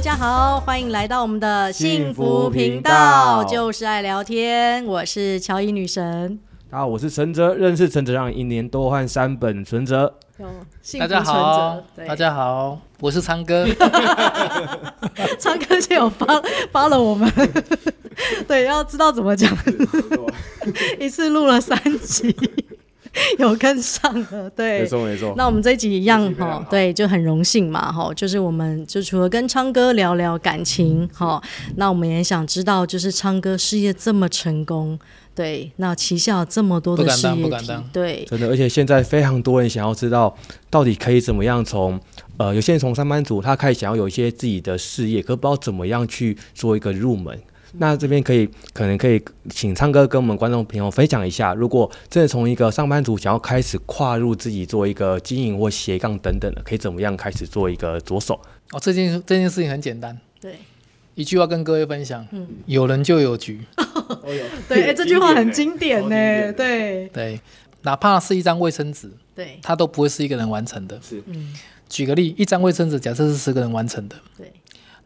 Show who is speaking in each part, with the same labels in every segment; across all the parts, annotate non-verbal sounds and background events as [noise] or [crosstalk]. Speaker 1: 家好，欢迎来到我们的幸
Speaker 2: 幸
Speaker 1: 福
Speaker 2: 福
Speaker 1: 频
Speaker 2: 频
Speaker 1: 道，
Speaker 2: 道
Speaker 1: 就是爱聊天。我是乔伊女神，
Speaker 2: 大家好，我是陈哲，认识陈哲让一年多换三本存折。
Speaker 1: 有幸
Speaker 3: 大
Speaker 1: 福
Speaker 3: 家
Speaker 1: 存
Speaker 3: 好
Speaker 1: 折。，对，
Speaker 3: 大家好，我是昌
Speaker 1: [laughs]
Speaker 3: 哥。
Speaker 1: 昌哥就有帮帮了我们，
Speaker 2: [laughs]
Speaker 1: 对，要知道怎么讲，一次录了三集，有跟上了，对。
Speaker 2: 错没错，
Speaker 1: 那我们这一集一样
Speaker 2: 哦这集非常
Speaker 1: 哈
Speaker 2: 好，
Speaker 1: 对，就很荣幸嘛哈，就是我们就除了跟昌哥聊聊感情哈，那我们也想知道，就是昌哥事业这么成功，对，那旗下有这么多的
Speaker 3: 不敢
Speaker 1: 事
Speaker 3: 当
Speaker 1: 业
Speaker 3: 不敢
Speaker 1: 体
Speaker 3: 当，
Speaker 1: 对，
Speaker 2: 真的，而且现在非常多人想要知道，到底可以怎么样从，呃，有些人从上班族，他开始想要有一些自己的事业，可不知道怎么样去做一个入门。那这边可以，可能可以请唱歌跟我们观众朋友分享一下，如果真的从一个上班族想要开始跨入自己做一个经营或斜杠等等的，可以怎么样开始做一个着手？
Speaker 3: 哦，这件这件事情很简单，
Speaker 1: 对，
Speaker 3: 一句话跟各位分享：
Speaker 1: 嗯
Speaker 3: 有人就有局。
Speaker 1: 对，哎、这句话很经典呢、对，
Speaker 3: 对，哪怕是一张卫生纸，
Speaker 1: 对，
Speaker 3: 它都不会是一个人完成的。
Speaker 1: 嗯，
Speaker 3: 举个例，一张卫生纸假设是十个人完成的，
Speaker 1: 对，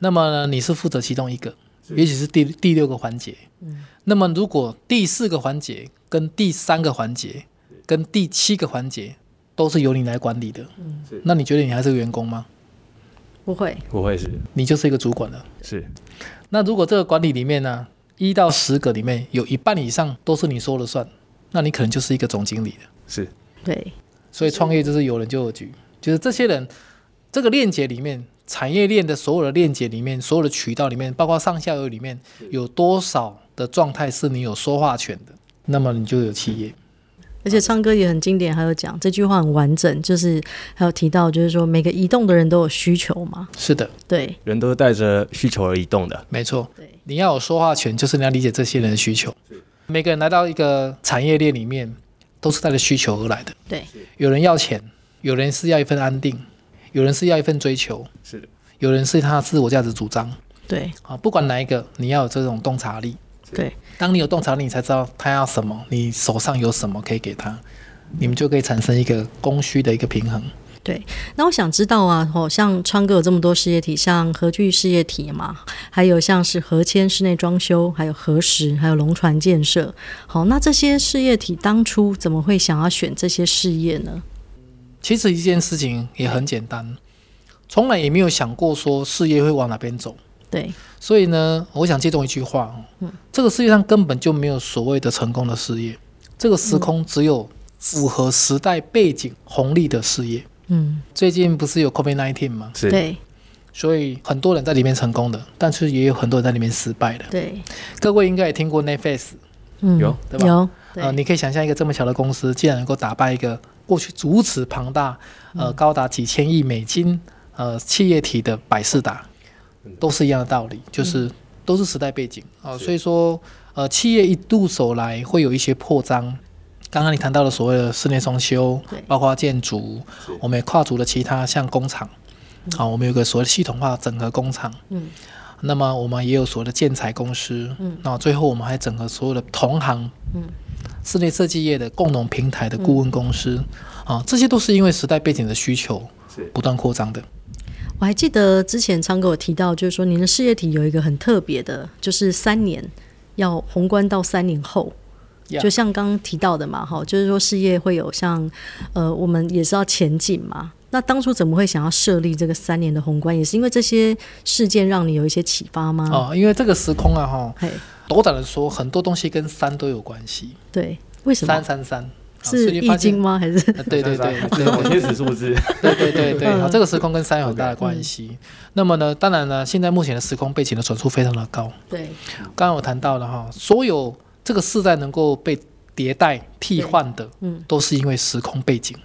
Speaker 3: 那么呢，你是负责其中一个，也许是第第六个环节。
Speaker 1: 嗯
Speaker 3: 那么如果第四个环节、跟第三个环节、跟第七个环节都是由你来管理的，
Speaker 1: 嗯
Speaker 3: 那你觉得你还是个员工吗？
Speaker 1: 不会，
Speaker 2: 不会是
Speaker 3: 你就是一个主管了。
Speaker 2: 是
Speaker 3: 那如果这个管理里面呢，一到十个里面有一半以上都是你说了算，那你可能就是一个总经理了。
Speaker 2: 是
Speaker 1: 对，
Speaker 3: 所以创业就是有人就有局，就是这些人这个链接里面，产业链的所有的链接里面，所有的渠道里面，包括上下游里面，有多少的状态是你有说话权的，那么你就有企业。
Speaker 1: 而且唱歌也很经典，还有讲这句话很完整，就是还有提到，就是说每个移动的人都有需求嘛，
Speaker 3: 是的，
Speaker 1: 对，
Speaker 2: 人都是带着需求而移动的。
Speaker 3: 没错
Speaker 1: 对，
Speaker 3: 你要有说话权，就是你要理解这些人的需求。每个人来到一个产业链里面，都是带着需求而来的。
Speaker 1: 对，
Speaker 3: 有人要钱，有人是要一份安定，有人是要一份追求，
Speaker 2: 是的，
Speaker 3: 有人是他的自我价值主张
Speaker 1: 对，
Speaker 3: 啊。不管哪一个，你要有这种洞察力。
Speaker 1: 对，
Speaker 3: 当你有洞察力，你才知道他要什么，你手上有什么可以给他，你们就可以产生一个供需的一个平衡。
Speaker 1: 对，那我想知道啊，哦，像川哥有这么多事业体，像和聚事业体嘛，还有像是和谦室内装修，还有和石，还有龙船建设。好，那这些事业体当初怎么会想要选这些事业呢？
Speaker 3: 其实一件事情也很简单，从来也没有想过说事业会往哪边走。
Speaker 1: 对，
Speaker 3: 所以呢，我想借用一句话哦，这个世界上根本就没有所谓的成功的事业，这个时空只有符合时代背景红利的事业。
Speaker 1: 嗯，
Speaker 3: 最近不是有 COVID-19 吗？
Speaker 2: 是
Speaker 1: 对，
Speaker 3: 所以很多人在里面成功的，但是也有很多人在里面失败的。
Speaker 1: 对，
Speaker 3: 各位应该也听过 Netflix，
Speaker 1: 嗯，
Speaker 2: 有
Speaker 3: 对吧
Speaker 1: 有，
Speaker 3: 呃，你可以想象一个这么小的公司，竟然能够打败一个过去如此庞大，呃，高达几千亿美金，呃，企业体的百事达，都是一样的道
Speaker 1: 嗯
Speaker 3: 理，就是都是时代背景啊、呃所以说，呃，企业一度走来会有一些破张。刚刚你谈到了所谓的室内装修
Speaker 1: 对，
Speaker 3: 包括建筑，我们也跨足了其他像工厂，啊、我们有个所谓的系统化整合工厂，
Speaker 1: 嗯，
Speaker 3: 那么我们也有所谓的建材公司，嗯，那最后我们还整合所有的同行，
Speaker 1: 嗯，
Speaker 3: 室内设计业的共同平台的顾问公司，
Speaker 1: 嗯
Speaker 3: 啊，这些都是因为时代背景的需求不断扩张的。
Speaker 1: 我还记得之前昌哥有提到，就是说您的事业体有一个很特别的，就是三年要宏观到三年后。
Speaker 3: Yeah
Speaker 1: 就像刚刚提到的嘛，哈，就是说事业会有像，呃，我们也是要前进嘛。那当初怎么会想要设立这个三年的宏观？也是因为这些事件让你有一些启发吗？，
Speaker 3: 啊，因为这个时空啊，哈，
Speaker 1: 嘿，
Speaker 3: 斗胆的说，很多东西跟三都有关系，
Speaker 1: 对，为什么
Speaker 3: 三？三三，啊
Speaker 1: 是易经？吗？还是
Speaker 3: 所以你发现啊对对 [laughs] 对对
Speaker 2: 某些子数字
Speaker 3: 对对对对，
Speaker 1: 嗯
Speaker 3: 好，这个时空跟三有很大的嗯关系。那么呢，当然呢，现在目前的时空背景的转速非常的高，
Speaker 1: 对
Speaker 3: 刚刚我谈到了哈，所有这个世代能够被迭代替换的，
Speaker 1: 嗯
Speaker 3: 都是因为时空背景。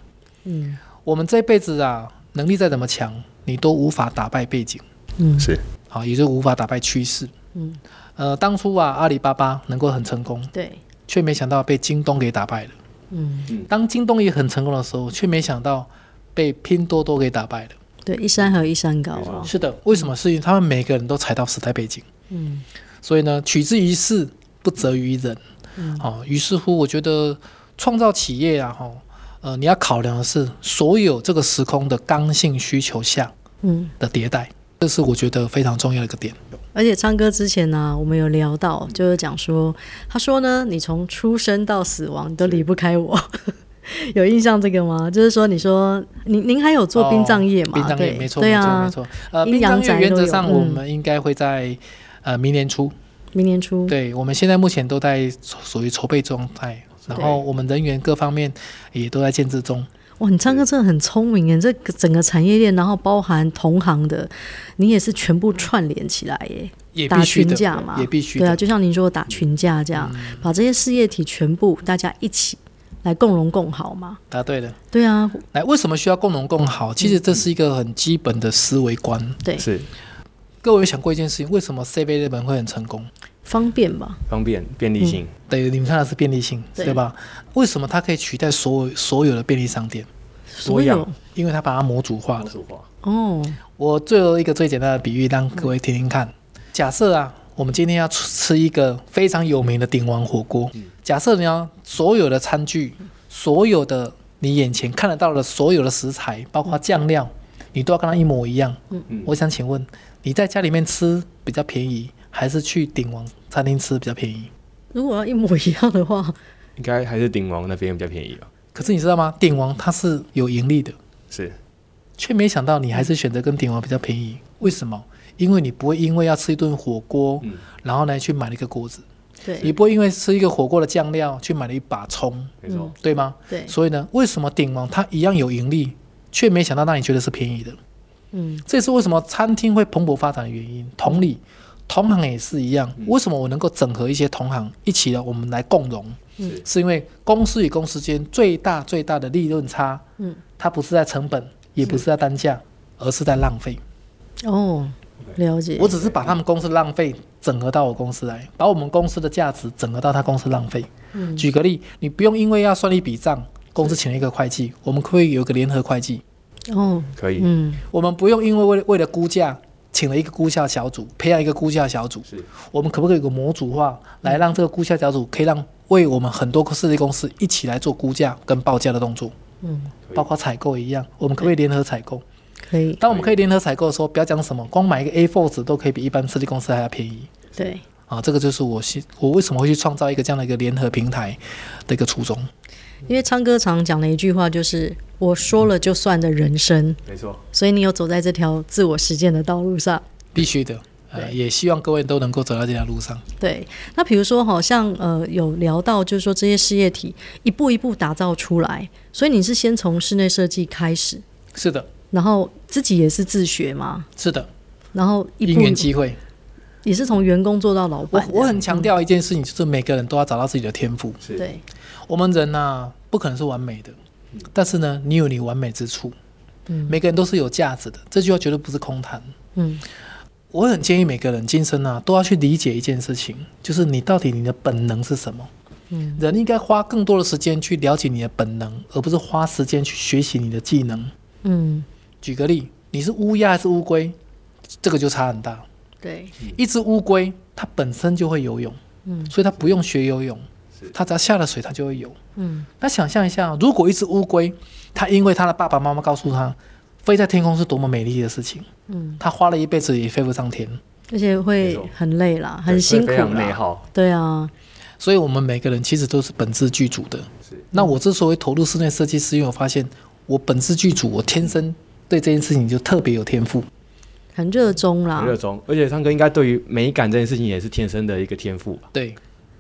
Speaker 1: 嗯
Speaker 3: 我们这辈子啊，能力再怎么强，你都无法打败背景，
Speaker 1: 嗯
Speaker 2: 是
Speaker 3: 好，也就无法打败趋势。
Speaker 1: 嗯，
Speaker 3: 呃，当初啊，阿里巴巴能够很成功，
Speaker 1: 对
Speaker 3: 却没想到被京东给打败了。
Speaker 1: 嗯
Speaker 3: 当京东也很成功的时候，却没想到被拼多多给打败了。
Speaker 1: 对，一山还有一山高啊，
Speaker 3: 是的，为什么？是因为他们每个人都踩到时代背景。
Speaker 1: 嗯
Speaker 3: 所以呢，取之于事，不责于人。
Speaker 1: 嗯
Speaker 3: 哦，于是乎，我觉得创造企业啊，哈、呃，你要考量的是所有这个时空的刚性需求下
Speaker 1: 嗯
Speaker 3: 的迭代。这是我觉得非常重要的一个点。
Speaker 1: 而且唱歌之前呢、我们有聊到，
Speaker 3: 嗯
Speaker 1: 就是讲说，他说呢，你从出生到死亡你都离不开我， [laughs] 有印象这个吗？就是说，你说您您还有做殡葬业嘛？
Speaker 3: 哦殡葬业
Speaker 1: 对
Speaker 3: 没错，
Speaker 1: 对
Speaker 3: 没
Speaker 1: 啊，
Speaker 3: 错，没错。呃，
Speaker 1: 阴
Speaker 3: 殡
Speaker 1: 阳
Speaker 3: 葬
Speaker 1: 宅
Speaker 3: 业原
Speaker 1: 都
Speaker 3: 则
Speaker 1: 有
Speaker 3: 上我
Speaker 1: 嗯
Speaker 3: 们应该会在呃明年初，
Speaker 1: 明年初，
Speaker 3: 对我们现在目前都在属于筹备状态，然后我们人员各方面也都在建制中。
Speaker 1: 哇，你唱歌真的很聪明耶！这个整个产业链，然后包含同行的，你也是全部串联起来耶。
Speaker 3: 也
Speaker 1: 打
Speaker 3: 必须
Speaker 1: 群
Speaker 3: 的
Speaker 1: 架嘛，
Speaker 3: 也必须
Speaker 1: 对啊，
Speaker 3: 的。嗯
Speaker 1: 就像您说打群架这样，把这些事业体全部大家一起来共荣共好嘛。
Speaker 3: 答对了。
Speaker 1: 对啊，
Speaker 3: 来，为什么需要共荣共好？其实这是一个很基本的思维观。
Speaker 1: 对，
Speaker 2: 是
Speaker 3: 各位有想过一件事情，为什么 C 杯日本会很成功？
Speaker 1: 方便吧？
Speaker 2: 方便便利性，
Speaker 1: 嗯
Speaker 3: 对，你们看的是便利性，
Speaker 1: 对
Speaker 3: 对吧？为什么它可以取代所有所有的便利商店？
Speaker 1: 所哦
Speaker 2: 样
Speaker 1: 有
Speaker 3: 因为它把它模组化了。
Speaker 1: 哦，
Speaker 3: 我最后一个最简单的比喻，让各位听听看。假设啊，我们今天要吃吃一个非常有名的鼎王火锅，假设你要所有的餐具、所有的你眼前看得到的所有的食材，包括酱料，你都要跟它一模一样。嗯
Speaker 2: 嗯
Speaker 3: 我想请问，你在家里面吃比较便宜，还是去鼎王餐厅吃比较便宜？
Speaker 1: 如果要一模一样的话，
Speaker 2: 应该还是鼎王那边比较便宜吧？
Speaker 3: 可是你知道吗？鼎王它是有盈利的，
Speaker 2: 是
Speaker 3: 却没想到你还是选择跟鼎王比较便宜，为什么？因为你不会因为要吃一顿火锅，
Speaker 2: 嗯
Speaker 3: 然后呢去买了一个锅子，你
Speaker 1: 对
Speaker 3: 不会因为吃一个火锅的酱料去买了一把葱，
Speaker 2: 没错，
Speaker 3: 对吗？
Speaker 1: 对，
Speaker 3: 所以呢，为什么鼎王它一样有盈利，却没想到让你觉得是便宜的？
Speaker 1: 嗯，
Speaker 3: 这也是为什么餐厅会蓬勃发展的原因。同理，同行也是一样。为什么我能够整合一些同行一起呢？我们来共荣，
Speaker 2: 是
Speaker 3: 是因为公司与公司间最大最大的利润差，
Speaker 1: 嗯，
Speaker 3: 它不是在成本，也不是在单价，而是在浪费。
Speaker 1: 哦，了解
Speaker 3: 我。只是把他们公司浪费整合到我公司来，把我们公司的价值整合到他公司浪费。
Speaker 1: 嗯
Speaker 3: 举个例，你不用因为要算一笔账，公司请了一个会计，我们可不可以有一个联合会计，
Speaker 1: 哦，
Speaker 2: 可以，
Speaker 1: 嗯，
Speaker 3: 我们不用因为为了为了估价。请了一个估价小组，培养一个估价小组
Speaker 2: 是，
Speaker 3: 我们可不可以有个模组化，来让这个估价小组可以让为我们很多个设计公司一起来做估价跟报价的动作，
Speaker 1: 嗯
Speaker 2: 可以
Speaker 3: 包括采购一样，我们可不可以联合采购？
Speaker 1: 可以，
Speaker 3: 当我们可以联合采购的时候，不要讲什么，光买一个 A4 纸都可以比一般设计公司还要便宜。
Speaker 1: 对。
Speaker 3: 啊，这个就是我希我为什么会去创造一个这样的一个联合平台的一个初衷。
Speaker 1: 因为昌哥常讲的一句话就是“我说了就算”的人生，
Speaker 2: 没错，
Speaker 1: 所以你有走在这条自我实践的道路上。
Speaker 3: 必须的，呃，也希望各位都能够走到这条路上。
Speaker 1: 对，那比如说好像呃有聊到，就是说这些事业体一步一步打造出来，所以你是先从室内设计开始，
Speaker 3: 是的，
Speaker 1: 然后自己也是自学嘛，
Speaker 3: 是的，
Speaker 1: 然后一
Speaker 3: 因
Speaker 1: 步
Speaker 3: 缘机会。
Speaker 1: 也是从员工做到老
Speaker 3: 我
Speaker 1: 板
Speaker 3: 我
Speaker 1: 的，
Speaker 3: 很强调一件事情，就是每个人都要找到自己的天赋。
Speaker 2: 是
Speaker 1: 对，
Speaker 3: 我们人呐、啊不可能是完美的，但是呢，你有你完美之处。
Speaker 1: 嗯
Speaker 3: 每个人都是有价值的，这句话绝对不是空谈。
Speaker 1: 嗯，
Speaker 3: 我很建议每个人今生啊，都要去理解一件事情，就是你到底你的本能是什么。
Speaker 1: 嗯，
Speaker 3: 人应该花更多的时间去了解你的本能，而不是花时间去学习你的技能。
Speaker 1: 嗯，
Speaker 3: 举个例，你是乌鸦还是乌龟，这个就差很大。
Speaker 1: 对，
Speaker 3: 一只乌龟它本身就会游泳，
Speaker 1: 嗯，
Speaker 3: 所以它不用学游泳
Speaker 2: 是，
Speaker 3: 它只要下了水它就会游。
Speaker 1: 嗯，
Speaker 3: 那想象一下，如果一只乌龟，它因为它的爸爸妈妈告诉它，飞在天空是多么美丽的事情，
Speaker 1: 嗯，
Speaker 3: 它花了一辈子也飞不上天。
Speaker 1: 而且会
Speaker 2: 没错
Speaker 1: 很累啦，
Speaker 2: 对
Speaker 1: 很辛苦
Speaker 2: 非常内
Speaker 1: 啦，
Speaker 2: 耗，
Speaker 1: 对啊，
Speaker 3: 所以我们每个人其实都是本质具足的。
Speaker 2: 是
Speaker 3: 那我之所以投入室内设计，是因为我发现我本质具足，我天生对这件事情就特别有天
Speaker 1: 嗯
Speaker 3: 赋。
Speaker 1: 很热衷啦
Speaker 2: 很，热衷，而且唱歌应该对于美感这件事情也是天生的一个天赋吧？
Speaker 3: 对，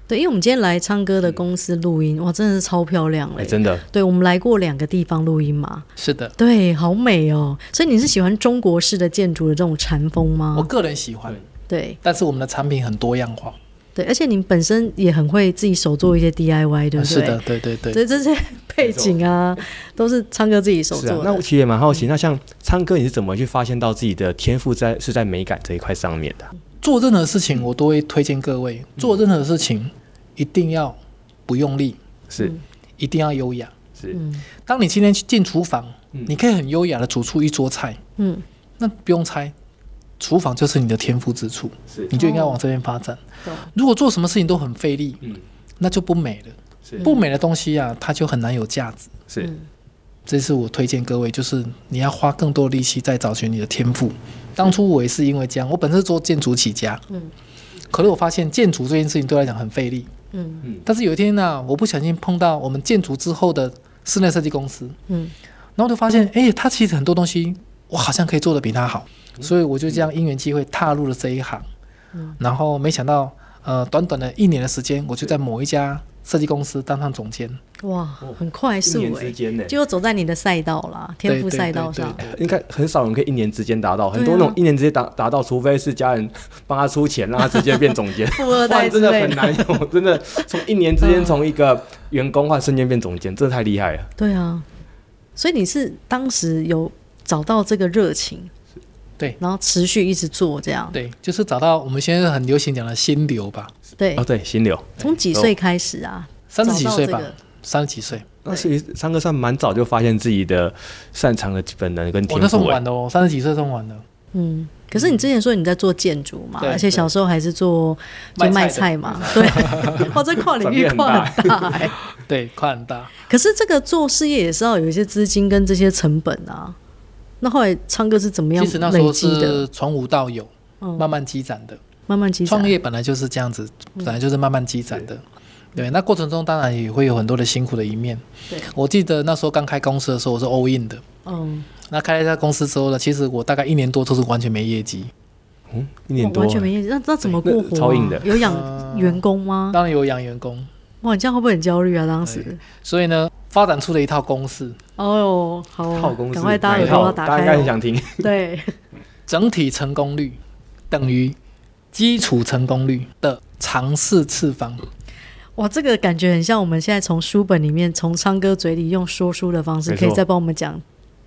Speaker 1: 对，因为我们今天来昌哥的公司录音，哇，真的是超漂亮
Speaker 2: 哎，
Speaker 1: 嘞，
Speaker 2: 真的，
Speaker 1: 对，我们来过两个地方录音嘛，
Speaker 3: 是的，
Speaker 1: 对，好美哦！所以你是喜欢中国式的建筑的这种禅风
Speaker 3: 我
Speaker 1: 吗？
Speaker 3: 个人喜欢
Speaker 2: 对，
Speaker 1: 对
Speaker 3: 但是我们的产品很多样化。
Speaker 1: 对，而且你本身也很会自己手做一
Speaker 2: 嗯
Speaker 1: 些 DIY，对不对？
Speaker 2: 啊
Speaker 3: 是的，，对对对。
Speaker 1: 所以这些背景啊，都是昌哥自己手
Speaker 2: 是啊
Speaker 1: 做。
Speaker 2: 那
Speaker 1: 的。
Speaker 2: 我其实也蛮好奇，那像唱歌你是怎么去发现到自己的天赋在是在美感这一块上面的？
Speaker 3: 做任何事情，我都会推荐各
Speaker 2: 嗯
Speaker 3: 位，做任何事情一定要不用力，
Speaker 2: 是
Speaker 3: 一定要优雅。
Speaker 2: 是
Speaker 1: 嗯
Speaker 3: 当你今天去进厨房，
Speaker 2: 嗯
Speaker 3: 你可以很优雅的煮出一桌菜，
Speaker 1: 嗯，
Speaker 3: 那不用猜，厨房就是你的天赋之处，
Speaker 2: 是
Speaker 1: 嗯
Speaker 3: 你就应该往这边发展。
Speaker 1: 懂
Speaker 3: 如果做什么事情都很费力，
Speaker 2: 嗯
Speaker 3: 那就不美了。
Speaker 2: 是
Speaker 1: 嗯
Speaker 3: 不美的东西啊，它就很难有价值。
Speaker 2: 是
Speaker 3: 这是我推荐各位，就是你要花更多力气在找寻你的天赋。当初我也是因为这样，我本身是做建筑起家，
Speaker 1: 嗯，
Speaker 3: 可是我发现建筑这件事情对我来讲很费力，
Speaker 1: 嗯
Speaker 3: 但是有一天呢、我不小心碰到我们建筑之后的室内设计公司，
Speaker 1: 嗯
Speaker 3: 然后我就发现，哎，他其实很多东西我好像可以做得比他好，所以我就这样因缘机会踏入了这一行，
Speaker 1: 嗯
Speaker 3: 然后没想到，呃，短短的一年的时间，我就在某一家设计公司当上总监，
Speaker 1: 哇，很快
Speaker 2: 哦一
Speaker 1: 速
Speaker 2: 年
Speaker 1: 哎、
Speaker 2: 之间呢、
Speaker 1: 就走在你的赛道啦，天赋
Speaker 3: 对对
Speaker 1: 赛道
Speaker 3: 对
Speaker 1: 上
Speaker 3: 对，
Speaker 2: 应该很少人可以一年之间达到，
Speaker 1: 对啊
Speaker 2: 很多那种一年之间达达到，除非是家人帮他出钱，让他直接变总监，
Speaker 1: 富二
Speaker 2: 不
Speaker 1: 代
Speaker 2: 然
Speaker 1: 之
Speaker 2: 真的
Speaker 1: 类
Speaker 2: 很
Speaker 1: 的。嗯
Speaker 2: 难 [laughs] 有。真的从一年之间从一个员工换瞬间变总监，这太厉害了。
Speaker 1: 对啊，所以你是当时有找到这个热情，
Speaker 3: 对，
Speaker 1: 然后持续一直做这样，
Speaker 3: 对，就是找到我们现在很流行讲的心流吧，
Speaker 1: 对
Speaker 2: 哦，，对，心流。
Speaker 1: 从几岁开始啊？
Speaker 3: 三十几岁
Speaker 1: 找到
Speaker 3: 吧
Speaker 1: 这个，
Speaker 3: 三十几岁，
Speaker 2: 那所以三哥算蛮早就发现自己的擅长的本能跟
Speaker 3: 我
Speaker 2: 天
Speaker 3: 那时候
Speaker 2: 赋、欸。
Speaker 3: 玩的哦，三十几岁时候玩的，
Speaker 1: 嗯，可是你之前说你在做建筑嘛，
Speaker 3: 对
Speaker 1: 而且小时候还是做就
Speaker 3: 卖菜
Speaker 1: 卖菜
Speaker 3: 的
Speaker 1: 嘛，
Speaker 3: [laughs]
Speaker 1: 对， [laughs] 哇，这跨领域
Speaker 2: 转变很
Speaker 1: 跨
Speaker 2: 大
Speaker 1: 很大哎、
Speaker 3: 对，跨很大。
Speaker 1: 可是这个做事业也是要有一些资金跟这些成本啊。那后来昌哥是怎么样
Speaker 3: 其实那时
Speaker 1: 累
Speaker 3: 候
Speaker 1: 积的？
Speaker 3: 是从无到有，
Speaker 1: 嗯
Speaker 3: 慢慢积攒的。
Speaker 1: 慢慢积
Speaker 3: 创
Speaker 1: 攒，嗯
Speaker 3: 业本来就是这样子，本来就是慢慢积攒的。对，那过程中当然也会有很多的辛苦的一面。
Speaker 1: 对
Speaker 3: 我记得那时候刚开公司的时候，我是 all in 的。
Speaker 1: 嗯，
Speaker 3: 那开了一家公司之后呢，其实我大概一年多都是完全没业绩。
Speaker 2: 嗯，一年
Speaker 1: 我
Speaker 2: 多
Speaker 1: 完。全没意思。那那怎么过活、啊？
Speaker 2: 那超硬的
Speaker 1: 有养员工吗？
Speaker 3: 当然有养员工，
Speaker 1: 哇，你这样会不会很焦虑啊？当时，
Speaker 3: 所以呢，发展出了一套公式，
Speaker 1: 哦呦，好
Speaker 2: 好
Speaker 1: 哦
Speaker 2: 公，司
Speaker 1: 赶快大
Speaker 2: 哪
Speaker 1: 家耳
Speaker 2: 一
Speaker 1: 朵
Speaker 2: 套
Speaker 1: 要
Speaker 2: 大
Speaker 1: 打
Speaker 2: 家应
Speaker 1: 开
Speaker 2: 该很
Speaker 1: 哦。
Speaker 2: 想听。
Speaker 1: 对，
Speaker 3: 整体成功率等于基础成功率的尝试次方。
Speaker 1: 哇，这个感觉很像我们现在从书本里面，从昌哥嘴里用说书的方式，
Speaker 2: 没
Speaker 1: 可
Speaker 2: 错
Speaker 1: 以再帮我们讲，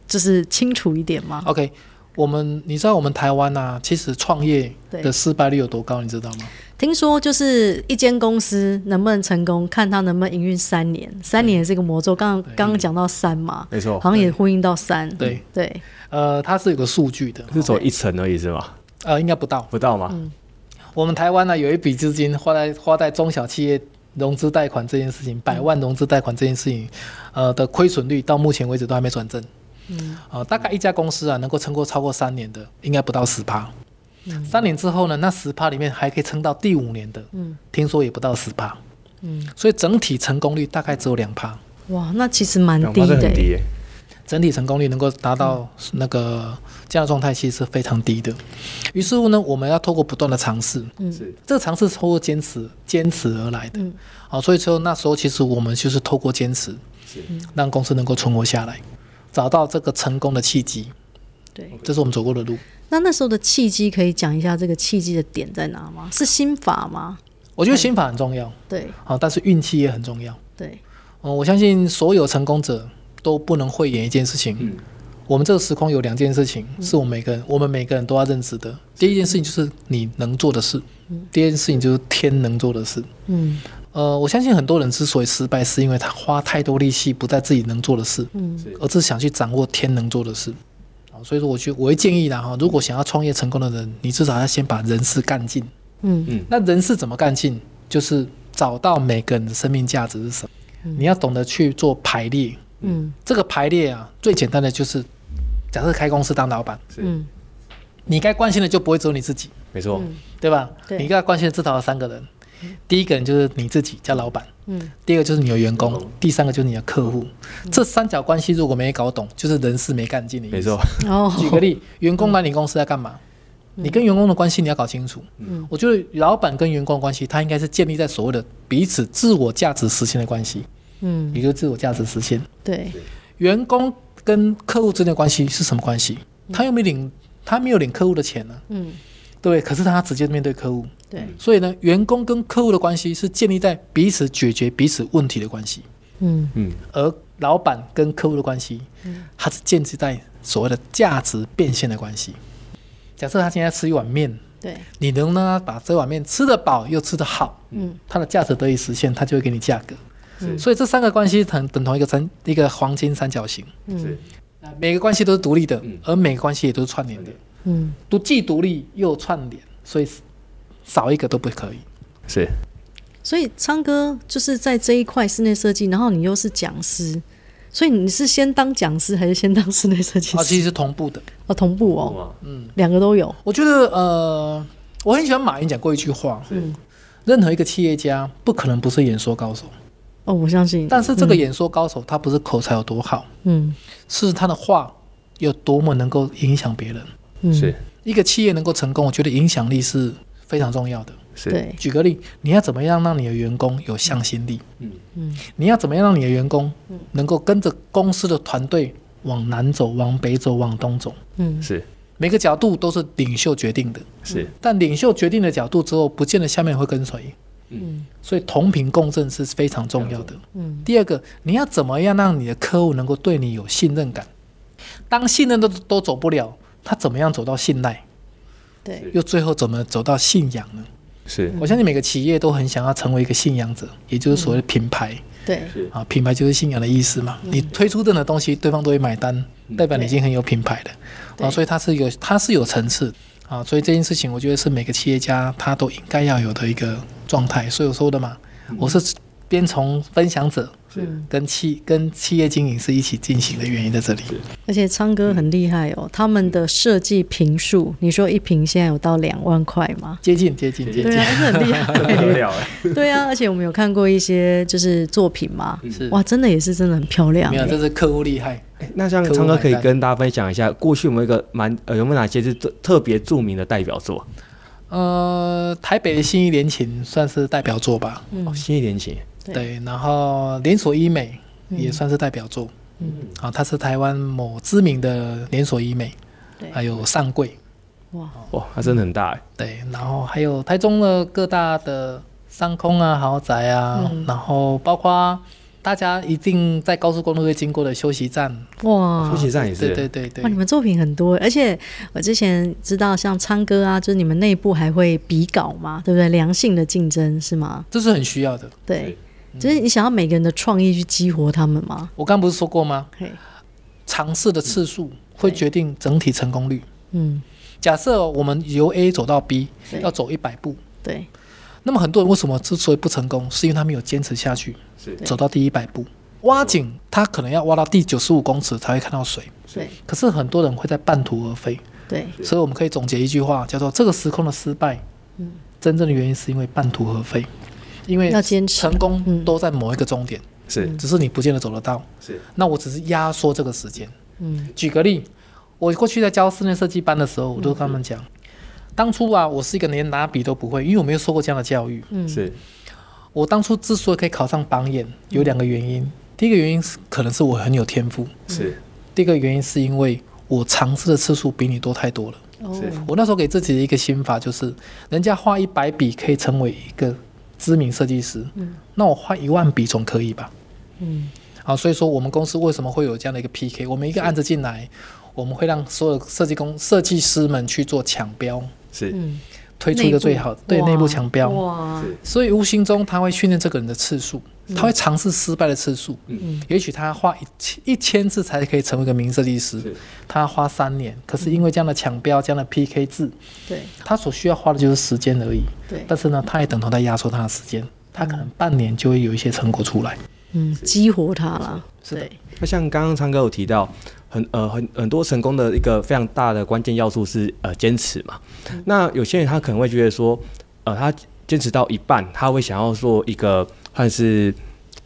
Speaker 1: 就是清楚一点吗？
Speaker 3: OK，我们你知道我们台湾啊，其实创业
Speaker 1: 对
Speaker 3: 的失败率有多高，你知道吗？
Speaker 1: 听说就是一间公司能不能成功，看它能不能营运三年，三年也是一个魔咒。刚刚刚讲到三嘛，
Speaker 2: 没错
Speaker 1: 好，像也呼应到三。
Speaker 3: 对
Speaker 1: 对，
Speaker 3: 呃，它是有个数据的，
Speaker 2: 是走一层而已是吧？
Speaker 3: 呃，应该不到。
Speaker 2: 不到吗？
Speaker 1: 嗯
Speaker 3: 我们台湾呢有一笔资金花在花在中小企业融资贷款这件事情，百万融资贷款这件事情，呃的亏损率到目前为止都还没转正。嗯，呃，大概一家公司啊能够撑过超过三年的，应该不到十趴。三年之后呢，那十趴里面还可以撑到第五年的，
Speaker 1: 嗯，
Speaker 3: 听说也不到十趴，
Speaker 1: 嗯，
Speaker 3: 所以整体成功率大概只有两趴。
Speaker 1: 哇，那其实蛮
Speaker 2: 两
Speaker 1: 低
Speaker 2: 趴是
Speaker 1: 的
Speaker 2: 很
Speaker 1: 欸。
Speaker 2: 低耶、
Speaker 3: 整体成功率能够达到那个这样的状态，其实是非常低的。于是乎呢，我们要透过不断的尝试，
Speaker 2: 是
Speaker 3: 这个尝试是透过坚持、坚持而来的。
Speaker 1: 嗯
Speaker 3: 好、所以说那时候其实我们就是透过坚持，
Speaker 2: 是
Speaker 3: 让公司能够存活下来，找到这个成功的契机，
Speaker 1: 对，
Speaker 3: 这是我们走过的路。
Speaker 1: 那那时候的契机可以讲一下这个契机的点在哪吗？是心法吗？
Speaker 3: 我觉得心法很重要，
Speaker 1: 对
Speaker 3: 好、但是运气也很重要。
Speaker 1: 对，
Speaker 3: 嗯，我相信所有成功者都不能讳言一件事情。
Speaker 2: 嗯
Speaker 3: 我们这个时空有两件事情是我们每个人，我们每个人都要认识的。第一件事情就是你能做的事，第二件事情就是天能做的事。
Speaker 1: 嗯
Speaker 3: 呃，我相信很多人之所以失败，是因为他花太多力气不在自己能做的事，
Speaker 1: 嗯
Speaker 2: 是
Speaker 3: 而是想去掌握天能做的事。啊所以说，我觉得我会建议啦哈，如果想要创业成功的人，你至少要先把人事干尽。
Speaker 1: 嗯
Speaker 3: 那人事怎么干尽？就是找到每个人的生命价值是什么，你要懂得去做排列。
Speaker 1: 嗯
Speaker 3: 这个排列啊，最简单的就是，假设开公司当老板，
Speaker 2: 是，
Speaker 1: 嗯，
Speaker 3: 你该关心的就不会只有你自己，
Speaker 2: 没错，
Speaker 3: 对吧？
Speaker 1: 对
Speaker 3: 你该关心的至少有三个人，第一个人就是你自己叫老板，
Speaker 1: 嗯，
Speaker 3: 第二个就是你的员工，第三个就是你的客户。这三角关系如果没搞懂，就是人事没干尽的意思。
Speaker 2: 没错，
Speaker 1: 哦，
Speaker 3: 举个
Speaker 1: [laughs]
Speaker 3: 例，员工来你公司要干嘛？你跟员工的关系你要搞清楚。
Speaker 1: 嗯
Speaker 3: 我觉得老板跟员工的关系，它应该是建立在所谓的彼此自我价值实现的关系，
Speaker 1: 嗯，
Speaker 3: 也就是自我价值实现。
Speaker 1: 对，
Speaker 3: 员工跟客户之间的关系是什么关系？他又没领，他没有领客户的钱呢、
Speaker 1: 嗯
Speaker 3: 对不对？可是他直接面对客户，
Speaker 1: 对，
Speaker 3: 所以呢，员工跟客户的关系是建立在彼此解决彼此问题的关系，
Speaker 1: 嗯
Speaker 2: 嗯，
Speaker 3: 而老板跟客户的关系，它是建立在所谓的价值变现的关系。假设他现在吃一碗面，
Speaker 1: 对，
Speaker 3: 你能让他把这碗面吃得饱又吃得好，
Speaker 1: 嗯
Speaker 3: 它的价值得以实现，它就会给你价格。所以这三个关系等等同一个三一个黄金三角形。
Speaker 1: 嗯
Speaker 2: 是
Speaker 3: 那每个关系都是独立的
Speaker 2: 嗯，
Speaker 3: 而每个关系也都是串联的，
Speaker 1: 嗯。
Speaker 3: 独既独立又串联，所以少一个都不可以。
Speaker 2: 是
Speaker 1: 所以昌哥就是在这一块室内设计，然后你又是讲师，所以你是先当讲师还是先当室内设计
Speaker 3: 啊，其
Speaker 1: 师？
Speaker 3: 实是同步的。
Speaker 1: 哦，同步哦，
Speaker 2: 哇
Speaker 1: 嗯，两个都有，
Speaker 3: 我觉得呃，我很喜欢马云讲过一句话，
Speaker 1: 嗯，
Speaker 3: 任何一个企业家不可能不是演说高手，
Speaker 1: 哦，我相信。
Speaker 3: 但是这个演说高手他不是口才有多好，
Speaker 1: 嗯，
Speaker 3: 是他的话有多么能够影响别人。
Speaker 1: 嗯嗯，
Speaker 2: 是
Speaker 3: 一个企业能够成功，我觉得影响力是非常重要的。
Speaker 2: 是，
Speaker 1: 对，
Speaker 3: 举个例，你要怎么样让你的员工有向心力？
Speaker 2: 嗯
Speaker 1: 嗯
Speaker 3: 你要怎么样让你的员工能够跟着公司的团队往南走、往北走、往东走？
Speaker 1: 嗯
Speaker 2: 是
Speaker 3: 每个角度都是领袖决定的，
Speaker 2: 是
Speaker 3: 但领袖决定了角度之后，不见得下面会跟随。
Speaker 1: 嗯
Speaker 3: 所以同频共振是非常重要的。
Speaker 1: 嗯
Speaker 3: 第二个，你要怎么样让你的客户能够对你有信任感？当信任都都走不了，他怎么样走到信赖？
Speaker 1: 对，嗯
Speaker 3: 又最后怎么走到信仰呢？
Speaker 2: 是
Speaker 3: 我相信每个企业都很想要成为一个信仰者，也就是所谓
Speaker 1: 嗯
Speaker 3: 的品牌
Speaker 1: 对，
Speaker 2: 是
Speaker 3: 啊，品牌就是信仰的意思
Speaker 1: 嗯
Speaker 3: 嘛。你推出任何东西，对方都会买单，代表你已经很有品牌了
Speaker 1: 对
Speaker 3: 啊，所以它是有它是有层次啊，所以这件事情我觉得是每个企业家他都应该要有的一个状态。所以我说的嘛，我是边从分享者
Speaker 2: [laughs]
Speaker 1: 嗯，
Speaker 3: 跟企跟企业经营是一起进行的原因在这里。
Speaker 1: 而且昌哥很厉害
Speaker 3: 嗯
Speaker 1: 哦，他们的设计评数，你说一瓶现在有到两万块吗？
Speaker 3: 接近接近接
Speaker 1: 对
Speaker 3: 近，
Speaker 1: 啊，真的很厉
Speaker 3: [laughs]
Speaker 2: 不得
Speaker 1: 害。
Speaker 2: 了哎，
Speaker 1: 对啊，而且我们有看过一些就是作品嘛，
Speaker 3: 是
Speaker 1: 哇，真的也是真的很漂亮
Speaker 3: 嗯没有，
Speaker 1: 欸。
Speaker 3: 这是客户厉害。
Speaker 2: 欸那像
Speaker 3: 客户
Speaker 2: 昌哥可以
Speaker 3: 买单
Speaker 2: 跟大家分享一下，过去有没有一个蛮呃有没有哪些是特特别著名的代表作？
Speaker 3: 呃，台北的新一联勤算是代表作吧，
Speaker 1: 嗯
Speaker 2: 哦，新一年前，
Speaker 1: 对
Speaker 3: 对，然后连锁医美也算是代表作，
Speaker 1: 嗯
Speaker 3: 啊，它是台湾某知名的连锁医美，
Speaker 1: 对，
Speaker 3: 还有上柜，
Speaker 1: 哇，
Speaker 3: 哦
Speaker 2: 哇，它真的很大哎，
Speaker 3: 对，然后还有台中的各大的商空啊、豪宅啊，
Speaker 1: 嗯
Speaker 3: 然后包括大家一定在高速公路会经过的休息站，
Speaker 1: 哇
Speaker 2: 休息站也是，
Speaker 3: 嗯对对对
Speaker 1: 哇，你
Speaker 3: 对，
Speaker 1: 们作品很多，而且我之前知道，像昌哥啊，就是你们内部还会比稿嘛，对不对？良性的竞争是吗？
Speaker 3: 这是很需要的。
Speaker 1: 对，
Speaker 3: 嗯
Speaker 1: 就是你想要每个人的创意去激活他们嘛。
Speaker 3: 我刚不是说过吗？
Speaker 1: 嘿，
Speaker 3: 尝试的
Speaker 2: 嗯
Speaker 3: 次数会决定整体成功率。
Speaker 1: 嗯，
Speaker 3: 假设我们由 A 走到 B
Speaker 1: 对
Speaker 3: 要走一百步，
Speaker 1: 对，
Speaker 3: 那么很多人为什么之所以不成功，是因为他没有坚持下去，
Speaker 2: 是
Speaker 3: 走到第一百步。挖井，他可能要挖到第九十五公尺才会看到水，
Speaker 1: 对，
Speaker 3: 可是很多人会在半途而废。
Speaker 1: 对，
Speaker 3: 所以我们可以总结一句话，叫做这个时空的失败，
Speaker 1: 嗯
Speaker 3: 真正的原因是因为半途而废，因为
Speaker 1: 要坚持
Speaker 3: 成功
Speaker 1: 嗯
Speaker 3: 都在某一个终点，
Speaker 2: 是
Speaker 3: 只是你不见得走得到。
Speaker 2: 是
Speaker 3: 那我只是压缩这个时间。
Speaker 1: 嗯
Speaker 3: 举个例，我过去在教室内设计班的时候，我都跟他们
Speaker 1: 嗯
Speaker 3: 讲，当初啊，我是一个连拿笔都不会，因为我没有受过这样的教育。
Speaker 1: 嗯，
Speaker 2: 是
Speaker 3: 我当初之所以可以考上榜眼，有两个原因。第一个原因是可能是我很有天赋，
Speaker 2: 是
Speaker 3: 第二个原因是因为我尝试的次数比你多太多了。
Speaker 1: 哦，
Speaker 2: 是
Speaker 3: 我那时候给自己的一个心法就是，人家画一百笔可以成为一个知名设计师，
Speaker 1: 嗯
Speaker 3: 那我画一万笔总可以吧？
Speaker 1: 嗯
Speaker 3: 啊，所以说我们公司为什么会有这样的一个 PK？我们一个案子进来，我们会让所有设计工设计师们去做抢标，
Speaker 2: 是
Speaker 1: 嗯，
Speaker 3: 推出一个最好对
Speaker 1: 哇
Speaker 3: 内部抢标，
Speaker 1: 哇，
Speaker 2: 是
Speaker 3: 所以无形中他会训练这个人的次数，他会尝试失败的次数。
Speaker 1: 嗯
Speaker 3: 也许他花一千一千次才可以成为一个名设计师
Speaker 2: 是，
Speaker 3: 他花三年，可是因为这样的抢标、这样的 PK 制，
Speaker 1: 对
Speaker 3: 他所需要花的就是时间而已。
Speaker 1: 对，
Speaker 3: 但是呢，他也等同在压缩他的时间，他可能半年就会有一些成果出来。
Speaker 1: 嗯，激活他了，
Speaker 3: 是的
Speaker 1: 对，
Speaker 2: 那像刚刚昌哥有提到，很呃很很多成功的一个非常大的关键要素是呃坚持嘛。那有些人他可能会觉得说，呃，他坚持到一半，他会想要做一个算是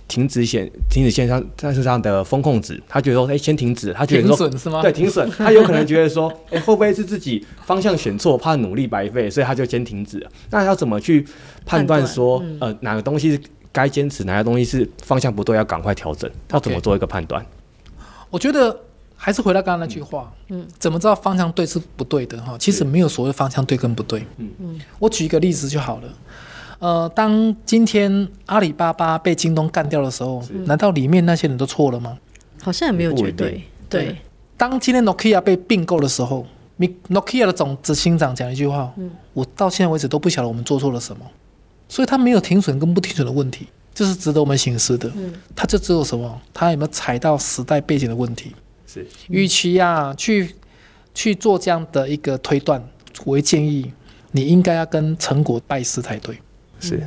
Speaker 2: 停止线停止线上但是上的风控值，他觉得说，哎、先停止，他觉得
Speaker 3: 停
Speaker 2: 说。
Speaker 3: 损是吗？
Speaker 2: 对，，停损，他有可能觉得说， [laughs] 哎、会不会是自己方向选错，怕努力白费，所以他就先停止了。那要怎么去判断说，
Speaker 1: 判嗯
Speaker 2: 呃，哪个东西是该坚持，哪个东西是方向不对，要赶快调整？要怎么
Speaker 3: OK
Speaker 2: 做一个判断？
Speaker 3: 我觉得还是回到刚刚那句话，
Speaker 1: 嗯
Speaker 3: 嗯，怎么知道方向对是不对的哈？其实没有所谓方向对跟不对，
Speaker 2: 嗯
Speaker 3: 嗯
Speaker 1: 嗯
Speaker 3: 嗯。我举一个例子就好了。呃，当今天阿里巴巴被京东干掉的时候，难道里面那些人都错了吗？
Speaker 1: 好像也没有
Speaker 2: 不
Speaker 1: 绝
Speaker 2: 一定
Speaker 1: 对，对，
Speaker 3: 当今天 Nokia 被并购的时候，Mi-，Nokia 的总执行长讲一句话，
Speaker 1: 嗯
Speaker 3: 我到现在为止都不晓得我们做错了什么，所以他没有停损跟不停损的问题，这是值得我们省思的。
Speaker 1: 嗯
Speaker 3: 他就只有什么，他有没有踩到时代背景的问题？
Speaker 2: 是
Speaker 3: 与其啊去去做这样的一个推断，我会建议你应该要跟成果拜师才对。
Speaker 2: 是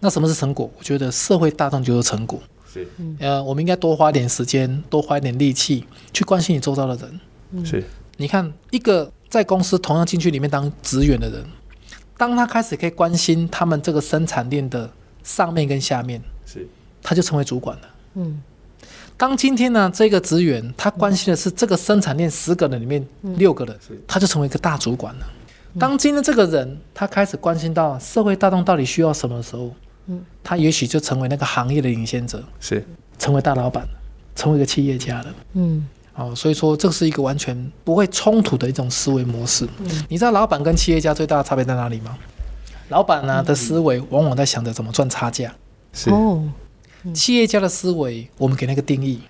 Speaker 3: 那什么是成果？我觉得社会大众就是成果，
Speaker 2: 是
Speaker 1: 嗯
Speaker 3: 呃，我们应该多花一点时间，多花一点力气去关心你周遭的人。
Speaker 2: 是
Speaker 3: 你看，一个在公司同样进去里面当职员的人，当他开始可以关心他们这个生产链的上面跟下面，
Speaker 2: 是
Speaker 3: 他就成为主管了。
Speaker 1: 嗯
Speaker 3: 当今天呢，这个职员他关心的是这个生产链十个人里面
Speaker 1: 嗯
Speaker 3: 六个人，
Speaker 2: 是
Speaker 3: 他就成为一个大主管了。当今天这个人他开始关心到社会大众到底需要什么的时候，
Speaker 1: 嗯
Speaker 3: 他也许就成为那个行业的领先者，
Speaker 2: 是
Speaker 3: 成为大老板了，成为一个企业家了。
Speaker 1: 嗯
Speaker 3: 哦，所以说这是一个完全不会冲突的一种思维模式。
Speaker 1: 嗯
Speaker 3: 你知道老板跟企业家最大的差别在哪里吗？老板
Speaker 1: 嗯
Speaker 3: 呢、的思维往往在想着怎么赚差价，
Speaker 2: 是
Speaker 1: 哦
Speaker 3: 企业家的思维我们给那个定义，